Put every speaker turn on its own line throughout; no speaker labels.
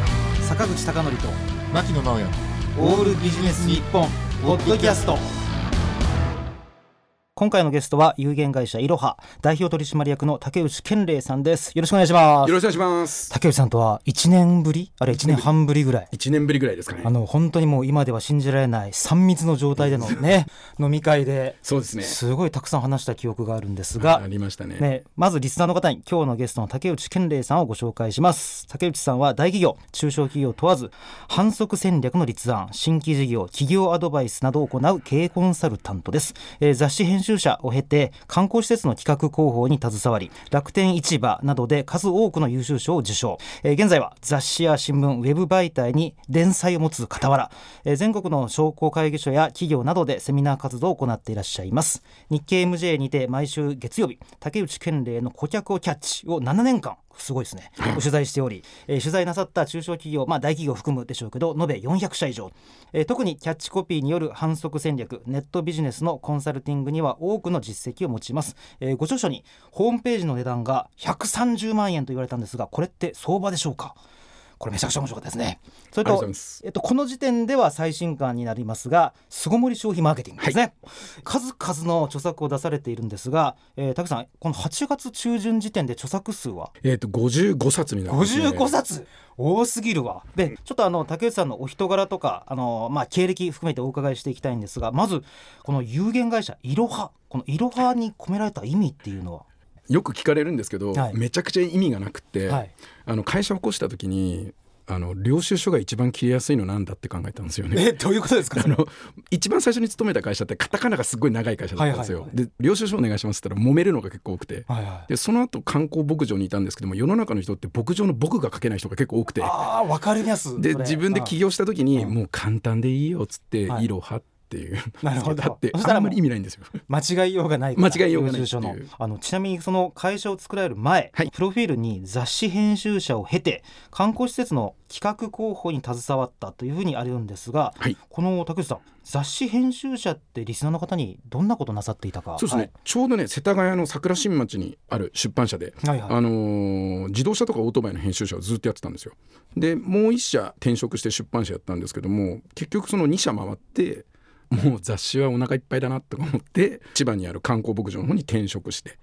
原口貴教と
牧野直哉
オールビジネス日本ポッドキャスト今回のゲストは有限会社いろは代表取締役の竹内健礼さんですよろしくお願いします
よろしくお願いします。
竹内さんとは1年ぶりあれ1年半ぶりぐらい
1年ぶりぐらいですかね
あ。の本当にもう今では信じられない3密の状態でのね 飲み会で
そうですね。
すごいたくさん話した記憶があるんですが
ありましたね。
ね、まずリスナーの方に今日のゲストの竹内健礼さんをご紹介します竹内さんは大企業中小企業問わず反則戦略の立案新規事業企業アドバイスなどを行う経営コンサルタントです、えー雑誌編集者を経て観光施設の企画広報に携わり楽天市場などで数多くの優秀賞を受賞、えー現在は雑誌や新聞ウェブ媒体に連載を持つ傍ら、えー全国の商工会議所や企業などでセミナー活動を行っていらっしゃいます日経 MJ にて毎週月曜日竹内健礼の顧客をキャッチを7年間すごいですねを取材しており、えー取材なさった中小企業、まあ、大企業含むでしょうけど延べ400社以上、えー特にキャッチコピーによる反則戦略ネットビジネスのコンサルティングには多くの実績を持ちます、えーご著書にホームページの値段が130万円と言われたんですがこれって相場でしょうかこれめちゃくちゃ面白かったですねそれ
ありがとうご
と
ざいます
えっと、この時点では最新刊になりますが凄盛消費マーケティングですね、数々の著作を出されているんですが、えー、竹さんこの8月中旬時点で著作数は
えっ、と55冊になります、ね。
55。冊多すぎるわでちょっとあの竹内さんのお人柄とかあの、まあ、経歴含めてお伺いしていきたいんですがまずこの有限会社いろはこのいろはに込められた意味っていうのは
よく聞かれるんですけど、
はい
めちゃくちゃ意味がなくて、
はい
あの会社を起こした時にあの領収書が一番切れやすいのなんだって考えたんですよね。
どういうことですか
あの一番最初に勤めた会社ってカタカナがすごい長い会社だったんですよ。
はいは
で領収書お願いしますって言ったら揉めるのが結構多くて。
はいはい
でその後観光牧場にいたんですけども世の中の人って牧場の僕が書けない人が結構多くて
ああ分かりやす
で
それ
自分で起業した時に
うん
もう簡単でいいよっつって
は
「
い
いろは」っていう
なるほ ど
だって
そしたら
あん
もう
まり意味ないんですよ。
間違いようがないから
間違いようがない
領収書の
っていう
あのちなみにその会社を作られる前、
はい
プロフィールに雑誌編集者を経て観光施設の企画広報に携わったというふうにあるんですが、
はい
この竹内さん雑誌編集者ってリスナーの方にどんなことなさっていたか
そうですね、ちょうどね世田谷の桜新町にある出版社で、
はいはいはい
あのー自動車とかオートバイの編集者をずっとやってたんですよ。でもう一社転職して出版社やったんですけども結局その2社回ってもう雑誌はお腹いっぱいだなとか思って千葉にある観光牧場の方に転職して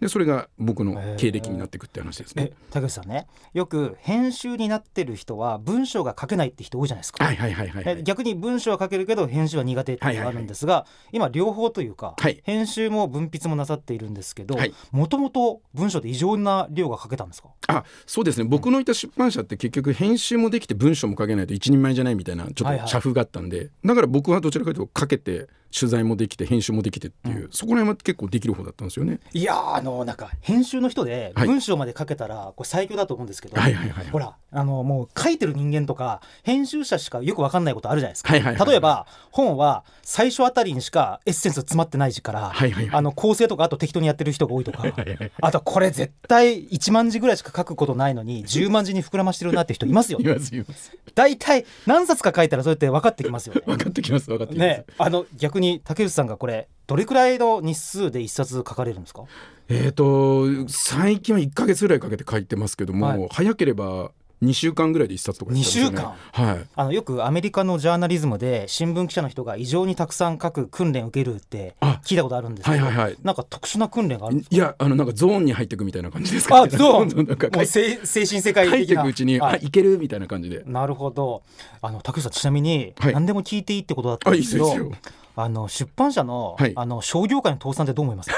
でそれが僕の経歴になっていくって話ですね
え。竹内さんねよく編集になってる人は文章が書けないって人多いじゃないですか、
はいはいはいはい、はい
え。逆に文章は書けるけど編集は苦手っていうのがあるんですが、今両方というか、
はい
編集も文筆もなさっているんですけど
はい
もともと文章で異常な量が書けたんですか
あそうですね僕のいた出版社って結局編集もできて文章も書けないと一人前じゃないみたいなちょ
はい
っ
はい
と社風があったんで、だから僕はどちらかというと書けて取材もできて編集もできてっていう、そこら辺は結構できる方だったんですよね。
いやーあのなんか編集の人で
はい
文章まで書けたらこれ最強だと思うんですけど、
はいはいはいはい
ほらあのもう書いてる人間とか編集者しかよく分かんないことあるじゃないですか、
はいはいはい
例えば本は最初あたりにしかエッセンス詰まってないから、
はいはいはい
あの構成とかあと適当にやってる人が多いとか
いはい
あとこれ絶対1万字ぐらいしか書くことないのに10万字に膨らましてるなって人いますよね
いますいます
大体何冊か書いたらそうやって分かってきます よね。
分かってきます分かってきます。
ねあの逆に竹内さんがこれどれくらいの日数で一冊書かれるんですか
えっ、と最近は1か月ぐらいかけて書いてますけども、
はい
早ければ2週間ぐらいで1冊とかやってますよね
二週
はい
あのよくアメリカのジャーナリズムで新聞記者の人が異常にたくさん書く訓練受けるって
あ
聞いたことあるんです
は
け
い
ど、
はいはい。
なんか特殊な訓練があるんです
いやあのなんかゾーンに入っていくみたいな感じです
か
か、
あそう
どんどん なんか
もう精精神世界
入っ
的
てい
な
くうちに、
は
あいけるみたいな感じで。
なるほどあの竹内さんちなみに
はい
何でも聞いていいってことだった
あ
ん
いい
で
ですす
けど、
よいいですよ。
あの出版社の,、
はい
あの商業界の倒産ってどう思いますか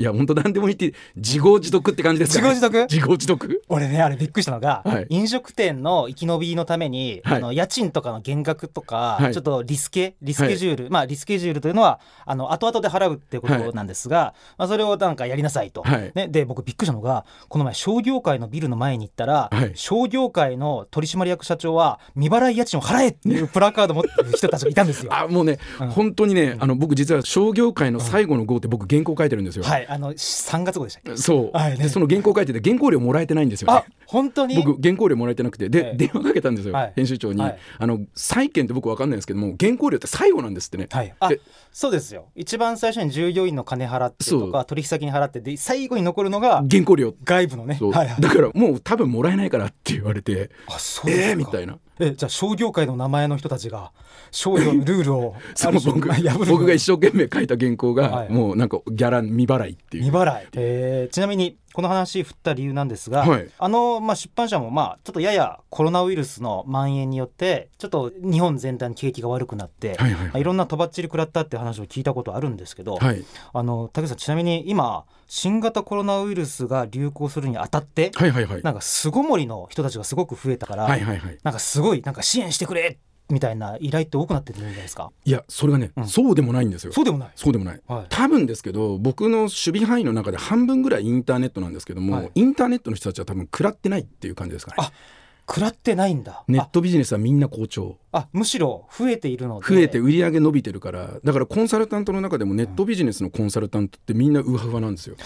いや本当何でも言って自業自得って感じですか、ね。
自業自
得。自業自得。
俺ねあれびっくりしたのが、
はい
飲食店の生き延びのために、
はい
あの家賃とかの減額とか、
はい
ちょっとリスケリスケジュール、まあリスケジュールというのはあの後々で払うっていうことなんですが、まあ、それをなんかやりなさいと、
はい
ね、で僕びっくりしたのがこの前商業界のビルの前に行ったら、
はい
商業界の取締役社長は未払い家賃を払えっていうプラカード持ってる人たちがいたんですよ。
あもうね、
うん
本当にねあの僕実は商業界の最後の号って僕原稿書いてるんですよ。
はいはいあの3月号でしたっけ
そう、
はいね
でその原稿書いてて原稿料もらえてないんですよね
あ本当に
僕原稿料もらえてなくてで、
ええ
電話かけたんですよ、
はい
編集長に、
はい
あの債券って僕わかんないんですけども原稿料って最後なんですってね、
はい、あ
で
そうですよ一番最初に従業員の金払ってと
そ
か取引先に払ってで最後に残るのが
原稿料って
外部のね
そう、
はいはい
だからもう多分もらえないからって言われて
あそうですか
えー、みたいな
えじゃあ商業界の名前の人たちが商業のルールを
そ
あ
の
る種
僕
まあ 破る
僕が一生懸命書いた原稿が、
はい
もうなんかギャラ未払いってい
未
う
払い、えーちなみにこの話振った理由なんですが、
はい
あの、まあ、出版社もまあちょっとややコロナウイルスの蔓延によってちょっと日本全体に景気が悪くなって、
はいいはい
まあ、いろんなとばっちり食らったって話を聞いたことあるんですけど、
はい
あの竹内さんちなみに今新型コロナウイルスが流行するにあたって、
はいはいはい
なんか巣ごもりの人たちがすごく増えたから、
はいはいはい
なんかすごいなんか支援してくれみたいな依頼って多くなってるんじゃないですか
いやそれがね、
うん
そうでもないんですよ
そうでもない、
そうでもない
はい、
多分ですけど僕の守備範囲の中で半分ぐらいインターネットなんですけども、
はい
インターネットの人たちは多分食らってないっていう感じですかね
あ食らってないんだ
ネッ
あ
トビジネスはみんな好調
あむしろ増えているので
増えて売り上げ伸びてるからだからコンサルタントの中でもネットビジネスのコンサルタントってみんなウハウハなんですよ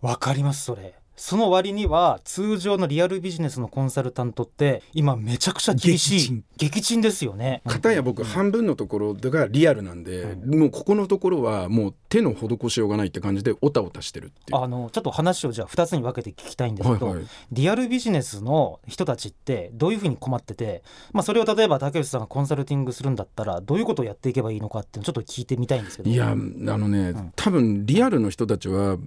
わかりますそれその割には通常のリアルビジネスのコンサルタントって今めちゃくちゃ厳しい
激沈
激沈ですよね
片や僕半分のところがリアルなんで、
う
もうここのところはもう手の施しようがないって感じでオタオタしてるっていう。
あのちょっと話をじゃあ2つに分けて聞きたいんです
は
け
い
ど、
はい、
リアルビジネスの人たちってどういうふうに困ってて、まあ、それを例えば竹内さんがコンサルティングするんだったらどういうことをやっていけばいいのかっていうのをちょっと聞いてみたいんですけど
いやあのね、
ん
多分リアルの人たちは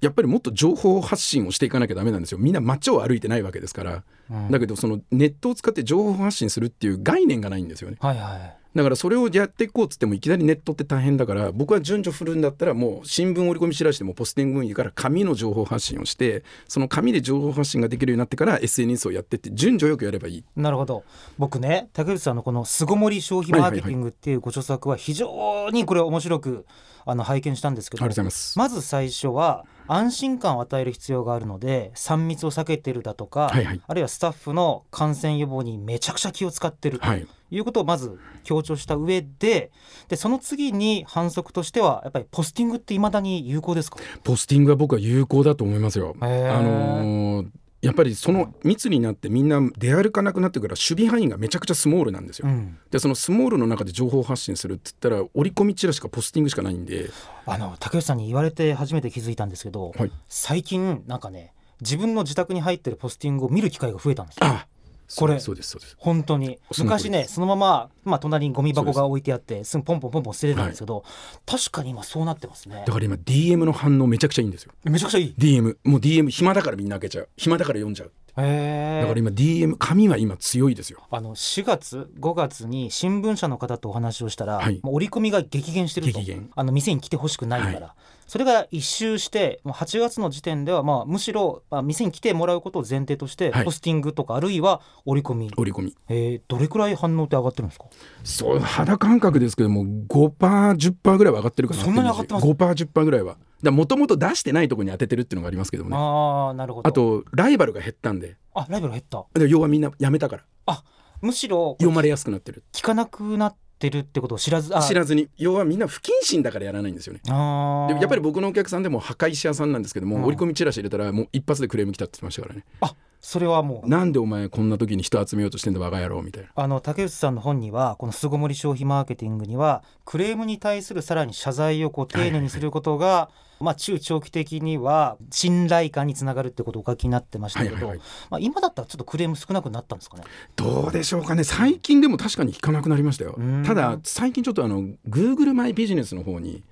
やっぱりもっと情報発信をしていかなきゃダメなんですよみんな街を歩いてないわけですから
うん
だけどそのネットを使って情報発信するっていう概念がないんですよね
はいはい
だからそれをやっていこうっつってもいきなりネットって大変だから僕は順序振るんだったらもう新聞折り込み知らしてもポスティング運輸から紙の情報発信をしてその紙で情報発信ができるようになってから SNS をやってって順序よくやればいい
なるほど僕ね竹内さんのこの「巣ごもり消費マーケティング」っていうご著作は非常にこれ面白くあの拝見したんですけ
あ
ど
りがとうございます。
まず最初は安心感を与える必要があるので3密を避けてるだとか、
はいはい
あるいはスタッフの感染予防にめちゃくちゃ気を使ってると
はい、
いうことをまず強調した上ででその次に反則としてはやっぱりポスティングっていまだに有効ですか
ポスティングは僕は有効だと思いますよ。
へ
あ
ー
のーやっぱりその密になってみんな出歩かなくなってから守備範囲がめちゃくちゃスモールなんですよ。
ん、
でそのスモールの中で情報発信するって言ったら折り込みチラシかポスティングしかないんで、
あの竹内さんに言われて初めて気づいたんですけど、
はい、
最近なんかね自分の自宅に入ってるポスティングを見る機会が増えたんですよ
あそう
これ
そうですそうです。
本当に
その通り
昔ねそのまま、まあ、隣にゴミ箱が置いてあってすぐポンポンポンポン捨てれたんですけど、確かに今そうなってますね
だから今 DM の反応めちゃくちゃいいんですよ。
めちゃくちゃいい
DM もう DM 暇だからみんな開けちゃう暇だから読んじゃう
へ
だから
ー
今 DM 紙は今強いですよ
あの4月5月に新聞社の方とお話をしたら、
はい
もう折り込みが激減してると
激減
あの店に来てほしくないから、それが一周してもう8月の時点では、まあ、むしろ、まあ、店に来てもらうことを前提として、
はい
ポスティングとかあるいは折り込み、
折り込み
えーどれくらい反応って上がってるんですか
そう肌感覚ですけども 5%10% ぐらいは上がってるかな
そんなに上がってます
5%10% ぐらいはもともと出してないところに当ててるっていうのがありますけどもね
ああなるほど
あとライバルが減ったんで
あライバル減った
で要はみんなやめたから
むしろ
読まれやすくなってる
聞かなくなってるってことを知らずあ
知らずに要はみんな不謹慎だからやらないんですよね
あ
で
ー
やっぱり僕のお客さんでも破壊者屋さんなんですけども、
うん
折り込みチラシ入れたらもう一発でクレーム来たって言ってましたからね
それはもう
なんでお前こんな時に人集めようとしてんだバカ野郎みたいな
あの竹内さんの本にはこの巣ごもり消費マーケティングにはクレームに対するさらに謝罪をこう丁寧にすることが、まあ、中長期的には信頼感につながるってことをお書きになってましたけど、
はいはいはい
まあ、今だったらちょっとクレーム少なくなったんですかね。
どうでしょうかね最近でも確かに聞かなくなりましたよ
うん
ただ最近ちょっとあの Google マイビジネスの方に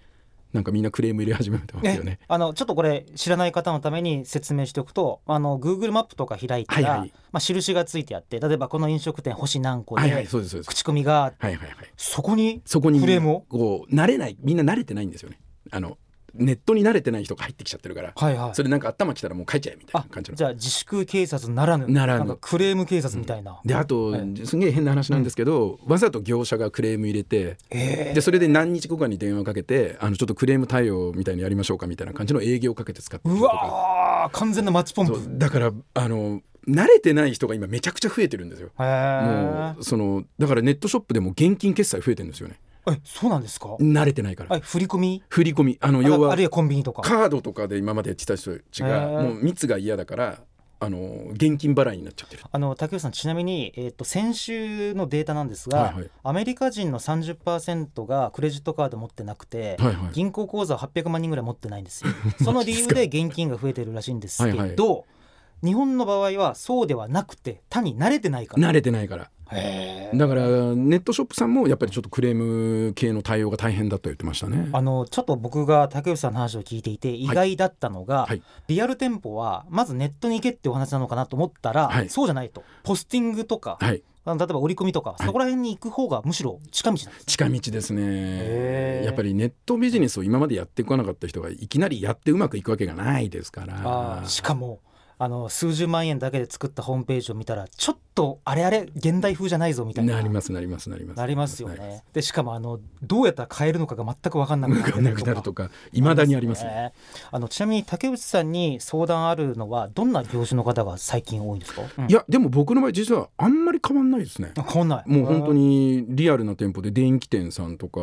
なんかみんなクレーム入れ始めてますよね
あのちょっとこれ知らない方のために説明しておくとあの Google マップとか開いたら、
はいはい
まあ、印がついてあって例えばこの飲食店星何個で、
はいはいそうですそうです
口コミがあって
はいはいはい
そこに
そこに
クレームを
こう慣れないみんな慣れてないんですよねあのネットに慣れてない人が入ってきちゃってるから
はいはい
それなんか頭きたらもう書いちゃえみたい
あ
な感じの
じゃあ自粛警察ならぬ
ならぬ
んかクレーム警察みたいな、
であと、
はい
すげえ変な話なんですけど、わざと業者がクレーム入れて
え
でそれで何日後かに電話かけてあのちょっとクレーム対応みたいにやりましょうかみたいな感じの営業をかけて使っ
ー
てる
う
人とか
わー完全なマッチポン
そ
プ
うだからあの慣れてない人が今めちゃくちゃ増えてるんですよ
へー
もうそのだからネットショップでも現金決済増えてるんですよね
えそうなんですか
慣れてないから
あ振り込み
振り込みあの
あ
要は
あるいはコンビニとか
カードとかで今までやってた人たち
へ
が
ー
もう密が嫌だからあの現金払いになっちゃってる
あの竹内さんちなみに、えー、と先週のデータなんですが、
はいはい
アメリカ人の30%がクレジットカード持ってなくて、
はいはい
銀行口座800万人ぐらい持ってないんですよ その理由で現金が増えてるらしいんですけど
はいはい
日本の場合はそうではなくて他に慣れてないから
慣れてないから
へー
だからネットショップさんもやっぱりちょっとクレーム系の対応が大変だと言ってましたね
あのちょっと僕が竹内さんの話を聞いていて意外だったのが、
はい
リアル店舗はまずネットに行けってお話なのかなと思ったら、
はい
そうじゃないとポスティングとか、
はい
あの例えば折り込みとか、そこら辺に行く方がむしろ近道なんです
近道です
へ
ね
ー
やっぱりネットビジネスを今までやってこなかった人がいきなりやってうまくいくわけがないですから
あーしかもあの数十万円だけで作ったホームページを見たらちょっとあれあれ現代風じゃないぞみたいな
なりますなりますなります
なりますよ
なり
ねでしかもあのどうやったら買えるのかが全く分かんなく
ま
な
す
る
なくなるとかいまだにありますね
ねあのちなみに竹内さんに相談あるのはどんな業種の方が最近多いんですか、うん
いやでも僕の場合実はあんまり変わんないですね
あ変わんない
もう本当にリアルな店舗で電気店さんとか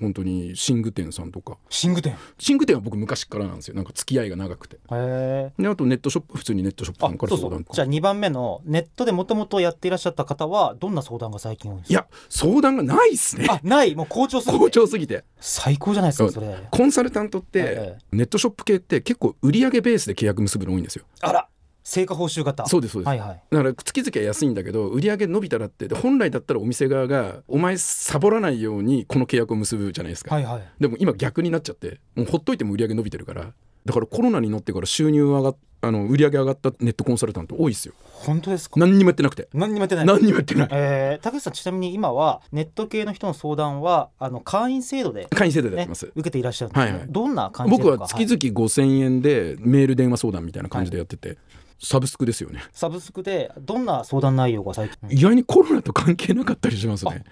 本当に寝具店さんとか
寝具店へ
寝具店は僕昔からなんですよなんか付き合いが長くて
え
であとネットショップ普通にネットショップ
あ
さんか
そ
ら
うそ
相談
う
と
じゃ
か
あ2番目のネットでもともとやっていらっしゃった方はどんな相談が最近多いんです
い
か
や相談がないっすね
あないもう好調すぎ
好
て
調すぎて
最高じゃないですかそれ
コンサルタントっ
はいは
て
い
ネットショップ系って結構売上ベースで契約結ぶの多いんですよ
あら成果報酬型
そうですそうです
はいはい
だから月々は安いんだけど売上伸びたらってで本来だったらお店側がお前サボらないようにこの契約を結ぶじゃないですか
はいはい
でも今逆になっちゃってもうほっといても売り上げ伸びてるからだからコロナになってから収入上がっあの売り上げ上がったネットコンサルタント多いですよ
本当ですか
何にもやってなくて
何にもやってない
何にもやってない
えー、竹内さんちなみに今はネット系の人の相談はあの会員制度で、
会員制度でや
ね
ってます、
受けていらっしゃるんですね、
はいはい
どんな感じ
僕は月々5000円でメール電話相談みたいな感じでやってて、サブスクですよね
サブスクでどんな相談内容が最近、
意外にコロナと関係なかったりしますね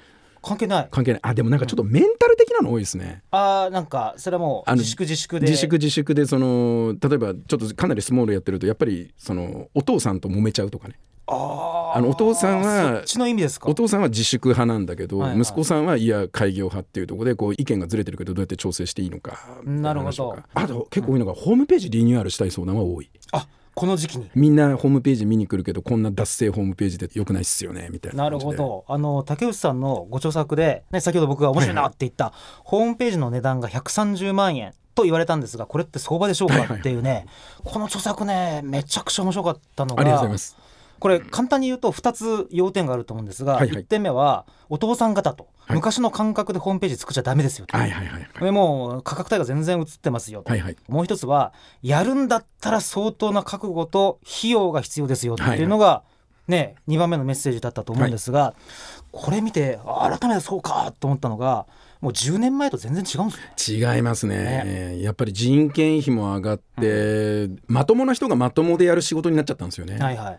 関係ない
関係ないあでもなんかちょっとメンタル的なの多いですね
あーなんかそれはもう
あの
自粛自粛で
自粛自粛でその例えばちょっとかなりスモールやってるとやっぱりそのお父さんと揉めちゃうとかね
あー
あのお父さんは
そっちの意味ですか
お父さんは自粛派なんだけど、
はいはい
息子さんはいや開業派っていうところでこう意見がずれてるけどどうやって調整していいのかみたい
なるほど
話とかあと結構多いのが、ホームページリニューアルしたい相談は多い
あこの時期に
みんなホームページ見に来るけどこんな脱製ホームページでよくないっすよねみたいな
なる
感じ
ほ
で
どあの竹内さんのご著作で、ね、先ほど僕が面白いなって言った、ホームページの値段が130万円と言われたんですがこれって相場でしょうか
はいはい
っていうね、この著作ねめちゃくちゃ面白かったの
あ
が
りがとうございます
これ簡単に言うと2つ要点があると思うんですが、
はいはい
1点目はお父さん方と、
はい
昔の感覚でホームページ作っちゃダメですよと、
はいはいはいはい
でもう価格帯が全然映ってますよと、
はいはい
もう一つはやるんだったら相当な覚悟と費用が必要ですよっていうのが、ね、2番目のメッセージだったと思うんですが、これ見てあ改めてそうかと思ったのがもう10年前と全然違うんですよね。
違いますねやっぱり人件費も上がって、まともな人がまともでやる仕事になっちゃったんですよね、
はいはい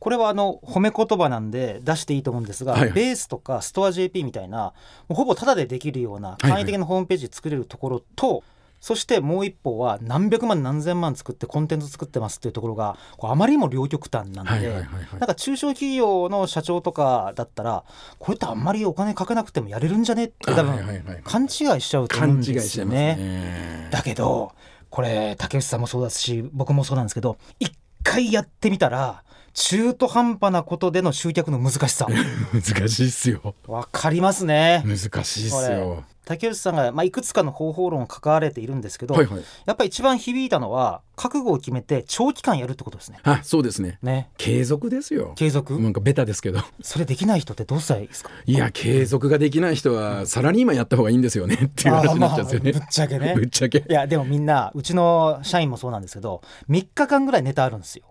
これはあの褒め言葉なんで出していいと思うんですが、
はいはい
ベースとかストア JP みたいなもうほぼタダでできるような簡易的なホームページ作れるところと、そしてもう一方は何百万何千万作ってコンテンツ作ってますっていうところがこうあまりにも両極端なんで、
はいはいはいはい
なんか中小企業の社長とかだったらこれってあんまりお金かけなくてもやれるんじゃねって多
はいはい
分
はいはい
勘違いしちゃうと思う
勘
ん
違い
で
し
す
ち
よ
ゃいます
ね。
ね
だけどこれ竹内さんもそうだし僕もそうなんですけど一回やってみたら中途半端なことでの集客の難し さ
難しいっすよ
わかりますね。
難しいっすよ
竹内さんが、まあ、いくつかの方法論を関われているんですけど、
はいはい
やっぱり一番響いたのは覚悟を決めて長期間やるってことですね。
あそうですね
ね
継続ですよ
継続、
なんかベタですけど
それできない人ってどうしたらいいですか
いや継続ができない人はサラリーマンやった方がいいんですよねっていう話になっちゃうんですよね
あーまあぶっちゃけね
ぶっちゃけ
いやでもみんなうちの社員もそうなんですけど3日間ぐらいネタあるんですよ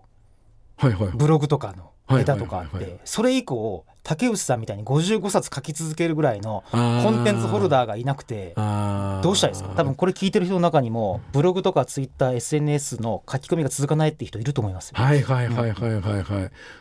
はいはい
ブログとかの
はい
ネタとかあっ
はいはいは
て
い
それ以降竹内さんみたいに55冊書き続けるぐらいの
あー
コンテンツホルダーがいなくて
あー
どうしたらいいですか多分これ聞いてる人の中にもブログとかツイッター SNS の書き込みが続かないって人いると思いますよ、
はいはいはいはいはいはい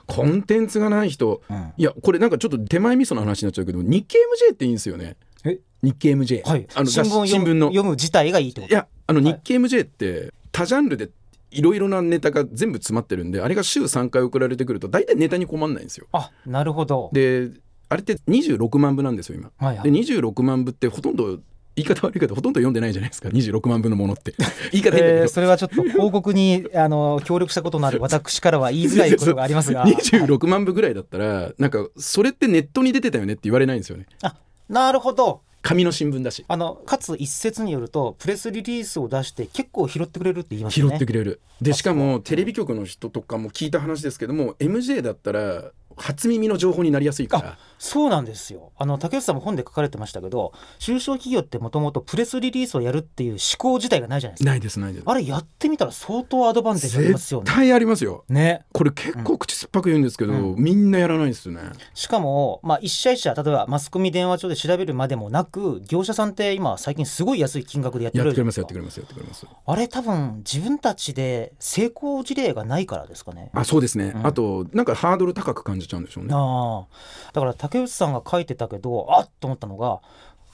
コンテンツがない人
うん
いやこれなんかちょっと手前味噌の話になっちゃうけど日経 MJ っていいんですよね
え
日経 MJ
はい、
あの
新聞を
新
読む
聞の
読む自体がいいってこ
い
と
やあの
はい
日経 MJ って多ジャンルでいろいろなネタが全部詰まってるんであれが週3回送られてくると大体ネタに困んないんですよ。
あなるほど
であれって26万部なんですよ今。
はいは
で
い
26万部ってほとんど言い方悪いけどほとんど読んでないじゃないですか26万部のも のって言い方いいんだけ
え
ど、
ーそれはちょっと広告にあの協力したことのある私からは言いづらいことがありますが
26万部ぐらいだったらなんかそれってネットに出てたよねって言われないんですよね
あなるほど
紙の新聞だし
あのかつ一説によるとプレスリリースを出して結構拾ってくれるって言いますよ
拾
ね
ってくれるでしかもテレビ局の人とかも聞いた話ですけども MJ だったら初耳の情報になりやすいから
そうなんですよあの竹内さんも本で書かれてましたけど中小企業ってもともとプレスリリースをやるっていう思考自体がないじゃないですか
ないですないです
あれやってみたら相当アドバンテージありますよ
絶
ね
対ありますよ
ね
これ結構口酸っぱく言うんですけど、
う
みんなやらないですよね
しかも、まあ、一社一社例えばマスコミ電話帳で調べるまでもなく業者さんって今最近すごい安い金額でやって
や
く
っ
れ
て
る
く
じ
れ
ゃな
ま
い
す
です
やって
か
くれますやってくれます
あれ多分自分たちで成功事例がないからですかね。
あそうですね、
うん
あとなんかハードル高く感じちゃうんでしょうね
ああだから竹内さんが書いてたけどあっと思ったのが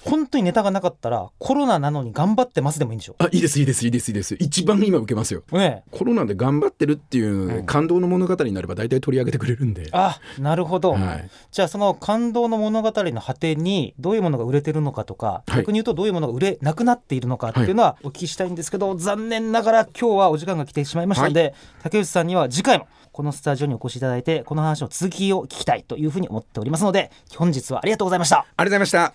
本当にネタがなかったらコロナなのに頑張ってますでもいいんでしょ
あいいですいいですいいですいいです一番今受けますよ
ねえ
コロナで頑張ってるっていうので
うん
感動の物語になれば大体取り上げてくれるんで、
あなるほど、
はい、
じゃあその感動の物語の果てにどういうものが売れてるのかとか、
はい
逆に言うとどういうものが売れなくなっているのかっていうのはお聞きしたいんですけど、残念ながら今日はお時間が来てしまいましたので、竹内さんには次回もこのスタジオにお越しいただいてこの話の続きを聞きたいというふうに思っておりますので本日はありがとうございました
ありがとうございました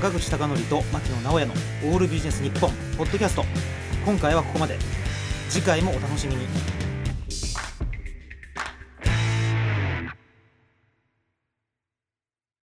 坂口孝則と牧野直哉の「オールビジネス日本ポッドキャスト今回はここまで次回もお楽しみに